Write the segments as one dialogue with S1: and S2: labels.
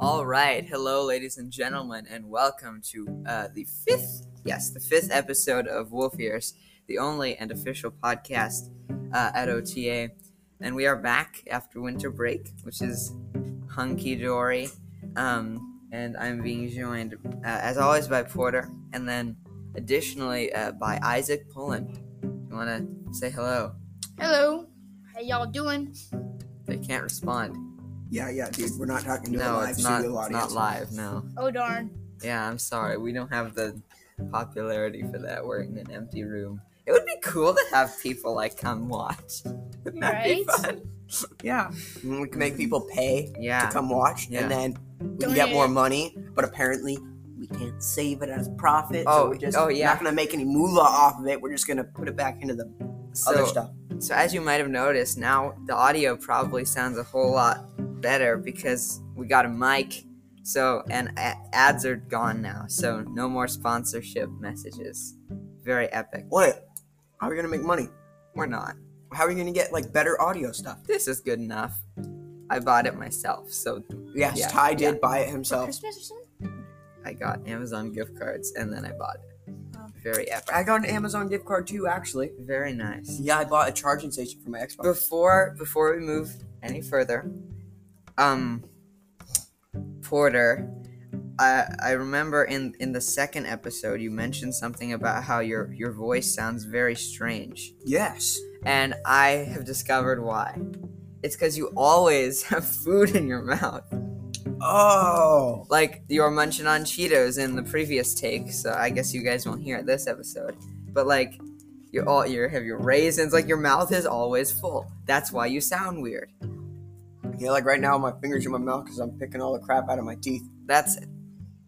S1: All right, hello, ladies and gentlemen, and welcome to uh, the fifth, yes, the fifth episode of Wolf Ears, the only and official podcast uh, at OTA. And we are back after winter break, which is hunky dory. Um, and I'm being joined, uh, as always, by Porter, and then additionally uh, by Isaac Pullen. You want to say hello?
S2: Hello. How y'all doing?
S1: They can't respond.
S3: Yeah, yeah, dude. We're not talking to a
S1: no,
S3: live
S1: it's not,
S3: studio
S1: it's
S3: audience.
S1: not live, no.
S2: Oh darn.
S1: Yeah, I'm sorry. We don't have the popularity for that. We're in an empty room. It would be cool to have people like come watch. Wouldn't that be
S2: Right?
S1: fun?
S3: Yeah, we can make people pay to
S1: Yeah.
S3: come watch,
S1: Yeah.
S3: and then we can
S2: Donate
S3: get more
S2: it.
S3: money. But apparently, we can't save it as profit.
S1: Oh,
S3: so we're just
S1: oh, yeah.
S3: not gonna make any moolah off of it. We're just gonna put it back into the
S1: So,
S3: other stuff.
S1: so as you might have noticed, now the audio probably sounds a whole lot better because we got a mic. So and a- ads are gone now. So no more sponsorship messages. Very epic.
S3: What? How are we gonna make money?
S1: We're not.
S3: How are we gonna get like better audio stuff?
S1: This is good enough. I bought it myself, so
S3: Yes,
S1: Yeah,
S3: Ty did
S1: yeah.
S3: buy it himself.
S2: Christmas or something?
S1: I got Amazon gift cards and then I bought it.
S2: Oh.
S1: Very epic.
S3: I got an Amazon gift card too, actually.
S1: Very nice.
S3: Yeah, I bought a charging station for my Xbox.
S1: Before before we move any further, um, Porter, I I remember in in the second episode you mentioned something about how your your voice sounds very strange,
S3: yes.
S1: and I have discovered why. It's because you always have food in your mouth,
S3: Oh.
S1: like you were munching on Cheetos in the previous take. So I guess you guys won't hear it this episode, but like. You all you have your raisins like your mouth is always full. That's why you sound weird.
S3: Yeah, like right now, my fingers in my mouth because I'm picking all the crap out of my teeth.
S1: that's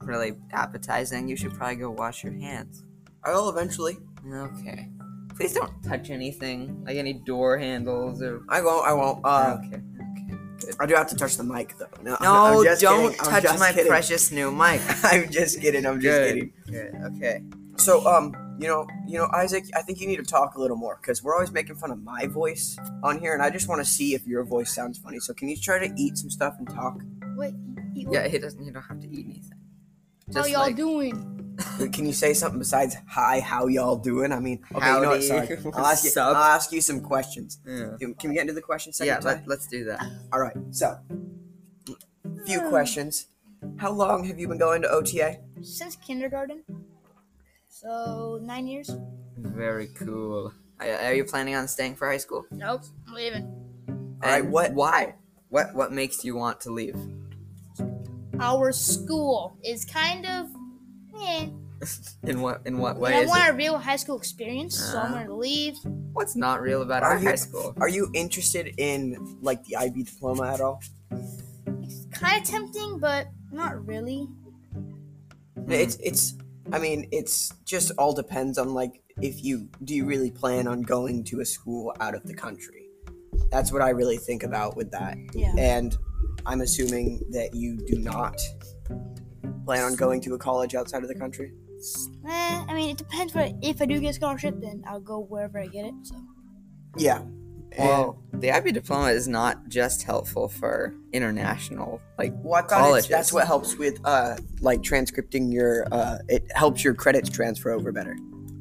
S1: really appetizing. You should probably go wash your hands.
S3: I will eventually.
S1: Okay. Please don't touch anything, like any door handles or. oh,
S3: I won't. I won't. Uh,
S1: okay. okay.
S3: I do have to touch the mic though. No, I'm-
S1: No,
S3: I'm just
S1: don't
S3: kidding. I'm
S1: touch
S3: just
S1: my
S3: kidding.
S1: precious new mic.
S3: I'm just kidding. I'm just
S1: Good.
S3: kidding.
S1: Good. Okay.
S3: So, um, you know, you know, Isaac, I think you need to talk a little more because we're always making fun of my voice on here, and I just want to see if your voice sounds funny. So, can you try to eat some stuff and talk?
S2: Wait, you,
S1: Yeah, he doesn't. You don't have to eat anything.
S2: how
S1: Just
S2: y'all
S1: like,
S2: doing?
S3: Can you say something besides "Hi, how y'all doing"? I mean, okay, you know
S1: Howdy.
S3: what? Sorry, I'll ask you.
S1: What's up?
S3: I'll ask you some questions.
S1: Yeah.
S3: Can can we get into the question section?
S1: Yeah. Let, let's do that.
S3: All right. So, few questions. How long have you been going to OTA?
S2: Since kindergarten. So nine years?
S1: Very cool. Are, are you planning on staying for high school?
S2: Nope. I'm leaving.
S3: All right,
S1: And
S3: what-
S1: Why? What? What makes you want to leave?
S2: Our school is kind of eh.
S1: In what? In what
S2: And
S1: way?
S2: I
S1: is
S2: want
S1: it- Ah.
S2: a real high school experience, so I'm gonna leave.
S1: What's not real about
S3: Are
S1: our
S3: you-
S1: high school?
S3: Are you interested in like the IB diploma at all?
S2: It's kinda tempting, but not really.
S3: It's it's. I mean, it's just all depends on like if you do you really plan on going to a school out of the country. That's what I really think about with that,
S2: Yeah.
S3: and I'm assuming that you do not plan on going to a college outside of the country.
S2: Eh, I mean it depends but if I do get a scholarship then I'll go wherever I get it. So
S3: Yeah. And-
S1: Well, the IB diploma is not just helpful for international, like
S3: Well, I thought it's-
S1: colleges.
S3: that's what helps with uh, like transcripting your. Uh, it helps your credits transfer over better.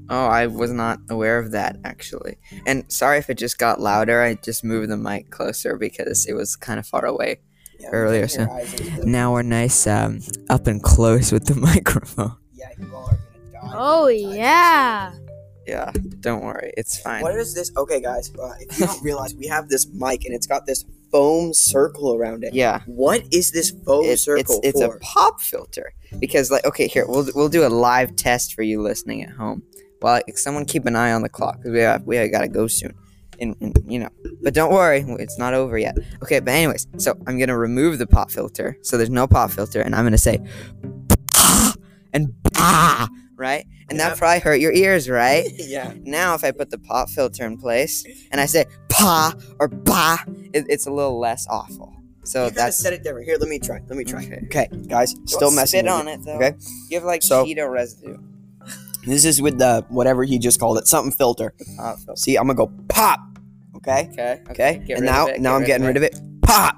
S1: Oh, I was not aware of that actually. And sorry if it just got louder. I just moved the mic closer because it was kind of far away.
S3: Yeah,
S1: Earlier,
S3: so.
S1: Now we're nice um, up and close with the microphone.
S3: Yeah, you all are gonna die.
S2: Oh yeah.
S1: Yeah, don't worry, it's fine.
S3: What is this? Okay, guys, uh, if you don't realize, we have this mic and it's got this foam circle around it.
S1: Yeah,
S3: What is this foam
S1: it- it's
S3: circle
S1: it's a
S3: for?
S1: pop filter because like okay, here we'll we'll do a live test for you listening at home. Well, like, someone keep an eye on the clock because we have, we gotta go soon, and, and you know. But don't worry, it's not over yet. Okay, but anyways, so I'm gonna remove the pop filter, so there's no pop filter, and I'm gonna say, and right, and that
S3: Yep.
S1: probably hurt your ears, right?
S3: yeah.
S1: Now, if I put the pop filter in place and I say pa or ba, it, it's a little less awful. So
S3: you gotta
S1: that's
S3: set it different. Here, let me try. Let me try.
S1: Okay.
S3: Okay, guys, still
S1: Don't
S3: messing
S1: spit
S3: with
S1: on
S3: it.
S1: it though.
S3: Okay,
S1: You have like
S3: So-
S1: keto residue.
S3: this is with the whatever he just called it, something filter.
S1: Pop filter.
S3: See, I'm gonna go pop. Okay,
S1: Okay.
S3: okay,
S1: Get rid
S3: and now
S1: of it,
S3: now
S1: get
S3: I'm getting rid of it. Pop.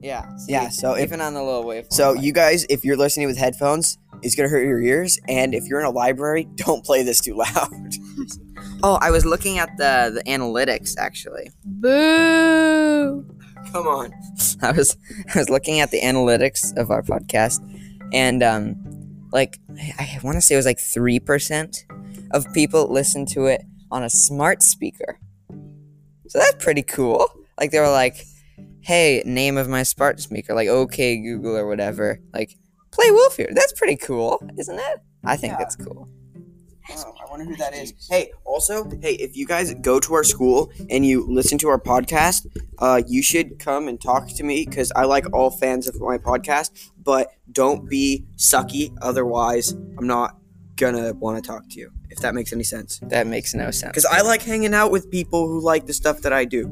S1: Yeah. see,
S3: Yeah, so if
S1: even on the low waveform.
S3: so
S1: like-
S3: you guys, if you're listening with headphones, it's gonna hurt your ears. And if you're in a library, don't play this too loud.
S1: Oh, I was looking at the the analytics actually.
S2: Boo!
S3: Come on.
S1: I was I was looking at the analytics of our podcast, and um, like I, I want to say it was like three percent of people listened to it on a smart speaker. So that's pretty cool. Like they were like, "Hey, name of my smart speaker," like "Okay Google" or whatever. Like play Wolf here. That's pretty cool, isn't it? I think
S3: Yeah.
S1: that's cool.
S3: Wow, Oh, I wonder who that is. Hey, also, hey, if you guys go to our school and you listen to our podcast, uh, you should come and talk to me because I like all fans of my podcast. But don't be sucky, otherwise, I'm not gonna want to talk to you. If that makes any sense,
S1: That makes no sense.
S3: because I like hanging out with people who like the stuff that I do,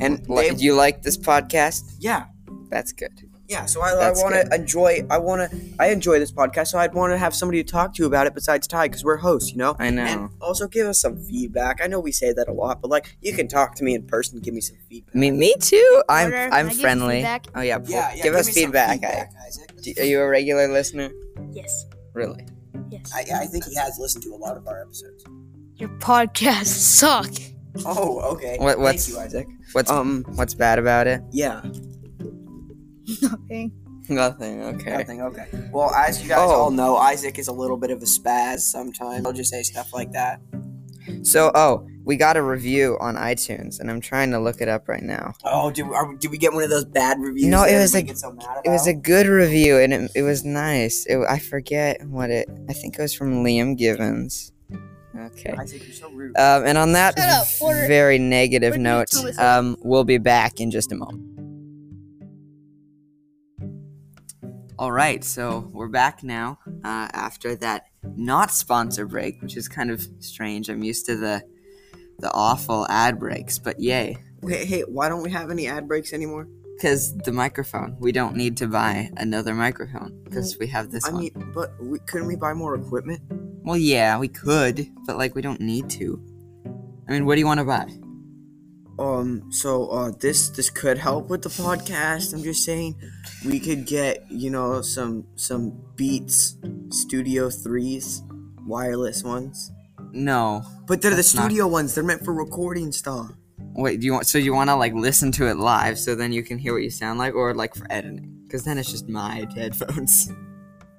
S3: and
S1: Li-
S3: they,
S1: you like this podcast?
S3: yeah,
S1: That's good.
S3: yeah. So I, I
S1: That's
S3: want to enjoy. I want to. I enjoy this podcast, so I'd want to have somebody to talk to about it besides Ty because we're hosts, you know.
S1: I know.
S3: And also give us some feedback. I know we say that a lot, but like you can talk to me in person, give me some feedback.
S1: Me, me too. I'm,
S2: Order. Can I
S1: I'm
S2: give you
S1: friendly.
S2: feedback?
S1: Oh yeah, give, us feedback.
S3: Isaac.
S1: I- do- are you a regular listener?
S2: Yes.
S1: Really?
S2: Yes.
S3: I, I think he has listened to a lot of our episodes.
S2: Your podcasts suck.
S3: Oh, okay.
S1: What- what's-
S3: Thank you, Isaac.
S1: What's
S3: Um,
S1: what's bad about it?
S3: yeah.
S2: Nothing.
S1: Nothing. Okay.
S3: Nothing. Okay. Well, as you guys
S1: Oh.
S3: all know, Isaac is a little bit of a spaz sometimes. I'll just say stuff like that.
S1: So oh, we got a review on iTunes, and I'm trying to look it up right now.
S3: Oh, did, are, did we get one of those bad reviews?
S1: No,
S3: that
S1: it was
S3: everybody
S1: a-
S3: gets so mad
S1: It was a
S3: about?
S1: good review, and it, it was nice. It, I forget what it. I think it was from Liam Givens. Okay.
S3: Isaac, you're so rude.
S1: Um, and on that
S2: Shut up, order-
S1: very negative
S2: order
S1: note,
S2: Thomas.
S1: um, we'll be back in just a moment. All right, so we're back now uh, after that not sponsor break, which is kind of strange. I'm used to the the awful ad breaks, but yay,
S3: Wait, hey, why don't we have any ad breaks anymore?
S1: because the microphone. We don't need to buy another microphone because we have this
S3: I
S1: one.
S3: mean, but we, couldn't we buy more equipment?
S1: well, yeah, we could, but like we don't need to. I mean, what do you want to buy?
S3: Um, so uh, this this could help with the podcast. I'm just saying, we could get you know some some Beats Studio Threes, wireless ones.
S1: No,
S3: But they're the
S1: That's not-
S3: studio ones. They're meant for recording stuff.
S1: Wait, do you want? So you want to like listen to it live, so then you can hear what you sound like, or like for editing? Because then it's just my headphones.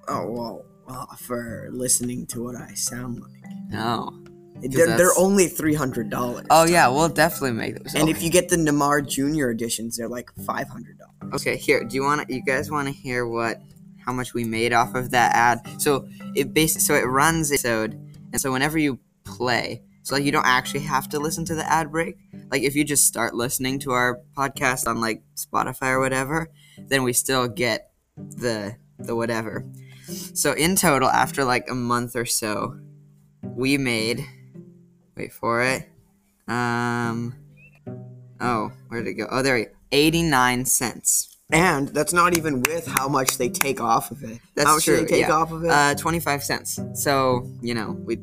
S3: Oh well, uh, for listening to what I sound like.
S1: No.
S3: They're,
S1: that's-
S3: they're only three hundred dollars.
S1: Oh yeah, we'll definitely make those.
S3: And
S1: okay.
S3: if you get the Namar Junior editions, they're like five hundred dollars.
S1: okay, here, do you want? to You guys want to hear what? How much we made off of that ad? So it base. So it runs episode, and so whenever you play, so like you don't actually have to listen to the ad break. Like if you just start listening to our podcast on like Spotify or whatever, then we still get the the whatever. So in total, after like a month or so, we made. Wait for it. Um. Oh, where did it go? Oh, there we go. Eighty-nine cents.
S3: And that's not even with how much they take off of it.
S1: That's
S3: how much do
S1: true,
S3: they take
S1: yeah.
S3: off of it?
S1: Uh, twenty-five cents. So you know we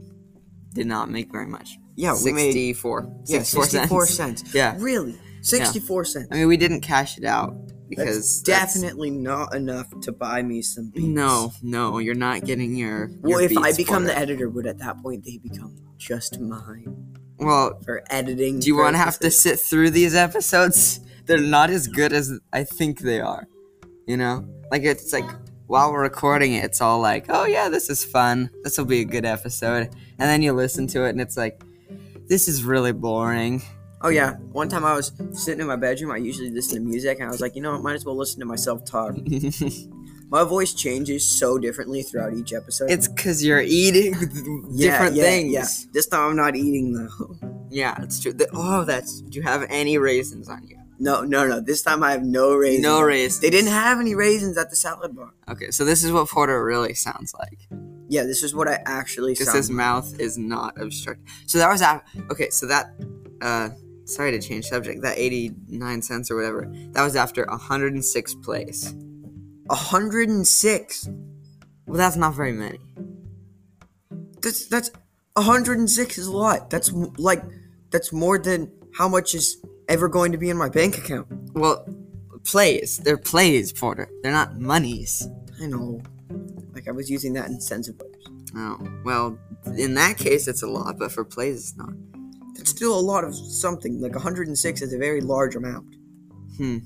S1: did not make very much.
S3: yeah, we made
S1: sixty-four.
S3: yeah,
S1: 64 cents.
S3: 64 cents.
S1: Yeah.
S3: Really? 64 cents.
S1: I mean, we didn't cash it out
S3: That's
S1: because that's-
S3: definitely not enough to buy me some beats.
S1: No, no, you're not getting your.
S3: Well,
S1: your
S3: if I
S1: beats
S3: become
S1: for
S3: the
S1: it.
S3: editor, would at that point they become just mine
S1: well,
S3: for editing?
S1: do you want to have to
S3: purposes?
S1: sit through these episodes? They're not as good as I think they are. You know, like it's like while we're recording it, it's all like, oh yeah, this is fun. This will be a good episode. And then you listen to it, and it's like, this is really boring.
S3: Oh yeah. One time I was sitting in my bedroom. I usually listen to music, and I was like, you know, what? might as well listen to myself talk.
S1: it's
S3: My voice changes so differently throughout each episode.
S1: because you're eating
S3: Yeah,
S1: different
S3: yeah,
S1: things.
S3: Yeah. This time I'm not eating though.
S1: Yeah, it's true. The- oh, that's. Do you have any raisins on you?
S3: No, no, no. This time I have no raisins.
S1: No raisins.
S3: They didn't have any raisins at the salad bar.
S1: Okay, so this is what Porter really sounds like.
S3: Yeah, this is what I actually
S1: Just
S3: sound
S1: his mouth is not obstructed. So that was that. Okay, so that. Uh, sorry to change subject. That eighty-nine cents or whatever. That was after hundred and six plays.
S3: 106.
S1: Well, that's not very many.
S3: That's that's 106 is a lot. That's m- like that's more than how much is ever going to be in my bank account.
S1: Well, plays. They're plays, Porter. They're not monies. I know.
S3: Like I was using that in sense of waves.
S1: Oh, well, in that case, it's a lot, but for plays, it's not.
S3: That's still a lot of something. Like 106 is a very large amount.
S1: Hmm.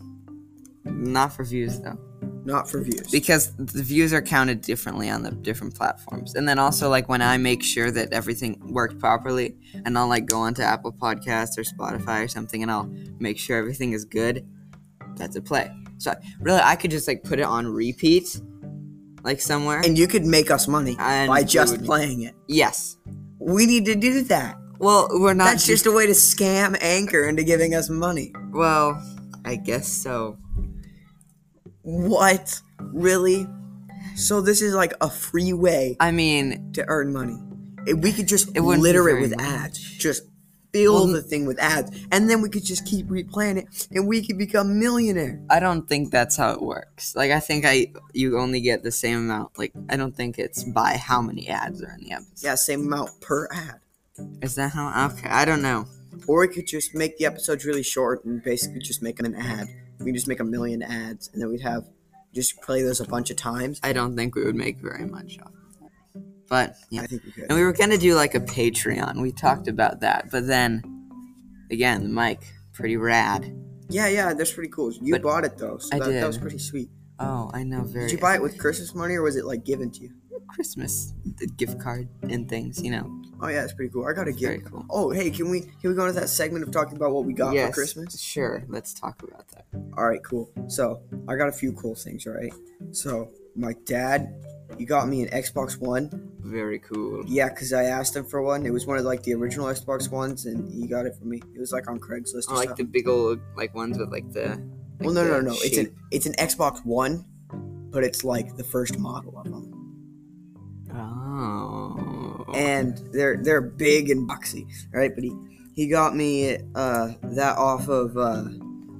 S1: Not for views, though.
S3: Not for views.
S1: Because the views are counted differently on the different platforms. And then also, like, when I make sure that everything worked properly, and I'll, like, go onto Apple Podcasts or Spotify or something, and I'll make sure everything is good, that's a play. So, really, I could just, like, put it on repeat, like, somewhere.
S3: and you could make us money
S1: And
S3: by
S1: we
S3: just
S1: would-
S3: playing it.
S1: yes.
S3: We need to do that.
S1: Well, we're not
S3: That's just a way to scam Anchor into giving us money.
S1: Well, I guess so.
S3: What? Really? So this is like a free way
S1: I mean,
S3: to earn money. If we could just
S1: It wouldn't be
S3: litter it
S1: very
S3: with
S1: much.
S3: ads. Just fill
S1: Well,
S3: the thing with ads. And then we could just keep replaying it and we could become millionaire.
S1: I don't think that's how it works. Like, I think I you only get the same amount. Like, I don't think it's by how many ads are in the episode.
S3: Yeah, same amount per ad.
S1: Is that how? Okay, I don't know.
S3: Or we could just make the episodes really short and basically just make them an ad. We could just make a million ads and then we'd have just play those a bunch of times.
S1: I don't think we would make very much off. of that. But yeah,
S3: I think we could.
S1: and we were gonna do like a Patreon. We talked about that, but then again, the mic pretty rad.
S3: Yeah, yeah, that's pretty cool. You
S1: But-
S3: bought it though, so
S1: I
S3: that, that
S1: did.
S3: was pretty sweet.
S1: Oh, I know. Very.
S3: Did you buy it with Christmas money or was it like given to you?
S1: Christmas the gift card and things? You know.
S3: Oh yeah, that's pretty cool. I got a gift.
S1: Very cool.
S3: Oh hey, can we can we go into that segment of talking about what we got for Christmas?
S1: Sure. Let's talk about that.
S3: All right, cool. So I got a few cool things, right? So my dad, you got me an Xbox One.
S1: Very cool.
S3: Yeah, cause I asked him for one. It was one of like the original Xbox ones, and he got it for me. It was like on Craigslist. Or
S1: Oh, like the
S3: something.
S1: big uh, old like ones with like the. Like
S3: well, no, no,
S1: the
S3: no. It's
S1: shape.
S3: an it's an Xbox One, but it's like the first model of them,
S1: Oh.
S3: and they're they're big and boxy, right? But he he got me uh that off of. uh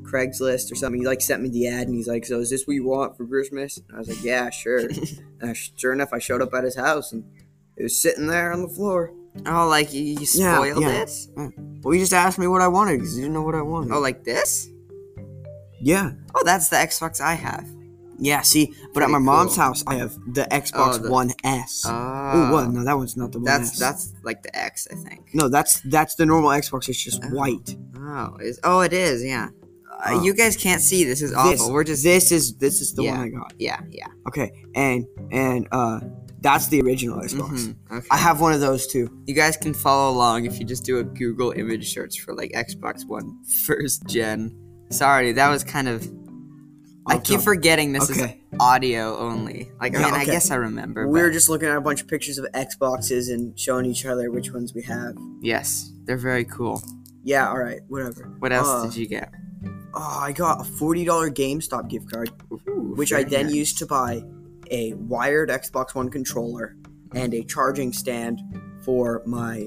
S3: Craigslist or something. He like sent me the ad and he's like, "So is this what you want for Christmas?" And I was like, "Yeah, sure." and I- sure enough, I showed up at his house and it was sitting there on the floor.
S1: oh, like you, you
S3: Yeah,
S1: spoiled
S3: yeah. Mm-hmm.
S1: it.
S3: Well, he just asked me what I wanted because he didn't know what I wanted.
S1: Oh, like this?
S3: yeah,
S1: Oh, that's the Xbox I have.
S3: yeah. See, but at
S1: Pretty
S3: my mom's
S1: cool.
S3: house, I have the Xbox
S1: Oh, the-
S3: One S.
S1: Oh,
S3: oh, what? No, that one's not the one.
S1: That's
S3: S.
S1: that's like the X, I think.
S3: no, that's that's the normal Xbox. It's just
S1: Oh.
S3: white.
S1: Oh, is oh it is, yeah. Uh,
S3: Oh.
S1: you guys can't see. This is awful.
S3: This-
S1: We're just
S3: This is this is the
S1: Yeah.
S3: one I got.
S1: yeah, yeah.
S3: Okay, and and uh, that's the original Xbox.
S1: Mhm, Okay.
S3: I have one of those too.
S1: you guys can follow along if you just do a Google image search for like Xbox One first gen. Sorry, that was kind of. i
S3: Off
S1: keep
S3: topic.
S1: forgetting this
S3: Okay.
S1: is audio only. Like, I
S3: Yeah,
S1: mean, I
S3: okay.
S1: guess I remember.
S3: We were
S1: but-
S3: just looking at a bunch of pictures of Xboxes and showing each other which ones we have.
S1: Yes, they're very cool.
S3: Yeah, all right, whatever.
S1: What else
S3: Uh,
S1: did you get?
S3: Oh, I got a forty dollar GameStop gift card,
S1: Ooh,
S3: which I
S1: very
S3: then
S1: nice.
S3: used to buy a wired Xbox One controller and a charging stand for my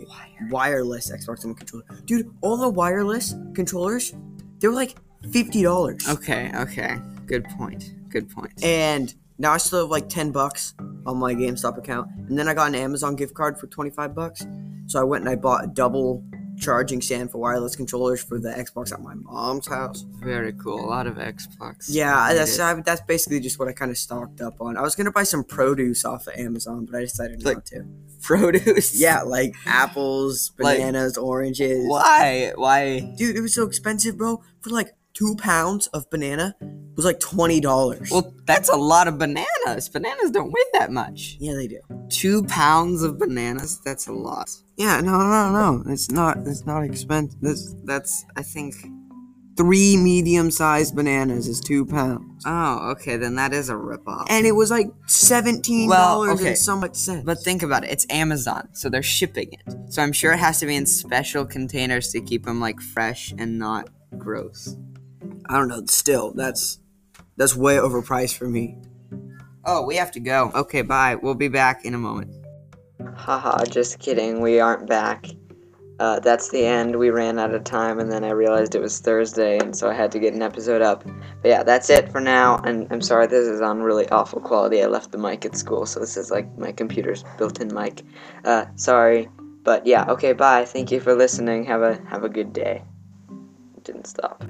S3: wireless Xbox One controller. Dude, all the wireless controllers, they were like fifty dollars.
S1: Okay, okay. Good point. Good point.
S3: And now I still have like ten bucks on my GameStop account. And then I got an Amazon gift card for twenty five bucks. So I went and I bought a double charging stand for wireless controllers for the Xbox at my mom's house.
S1: Very cool. A lot of Xbox.
S3: Yeah, I- that's
S1: related.
S3: I, that's basically just what I kind of stocked up on. I was gonna buy some produce off of Amazon, but I decided
S1: Like-
S3: not to.
S1: produce.
S3: Yeah, like apples,
S1: Like-
S3: bananas, oranges.
S1: Why? Why?
S3: Dude, it was so expensive, bro. For like two pounds of banana was like twenty dollars.
S1: Well, that's a lot of bananas. Bananas don't weigh that much.
S3: yeah, they do.
S1: Two pounds of bananas. That's a lot.
S3: Yeah, no, no, no. It's not. It's not expensive. This
S1: That's. I think.
S3: three medium-sized bananas is two pounds,
S1: Oh, okay. Then that is a ripoff.
S3: and it was like seventeen
S1: Well,
S3: dollars
S1: okay.
S3: and so much cents.
S1: but think about it. It's Amazon, so they're shipping it. So I'm sure it has to be in special containers to keep them like fresh and not gross.
S3: I don't know. Still, that's that's way overpriced for me.
S1: Oh, we have to go. Okay, bye. We'll be back in a moment. Haha, just kidding. We aren't back. Uh, that's the end. We ran out of time, and then I realized it was Thursday, and so I had to get an episode up. But yeah, that's it for now. And I'm sorry, this is on really awful quality. I left the mic at school, so this is like my computer's built-in mic. Uh, sorry, but yeah. Okay, bye. Thank you for listening. Have a have a good day. It didn't stop.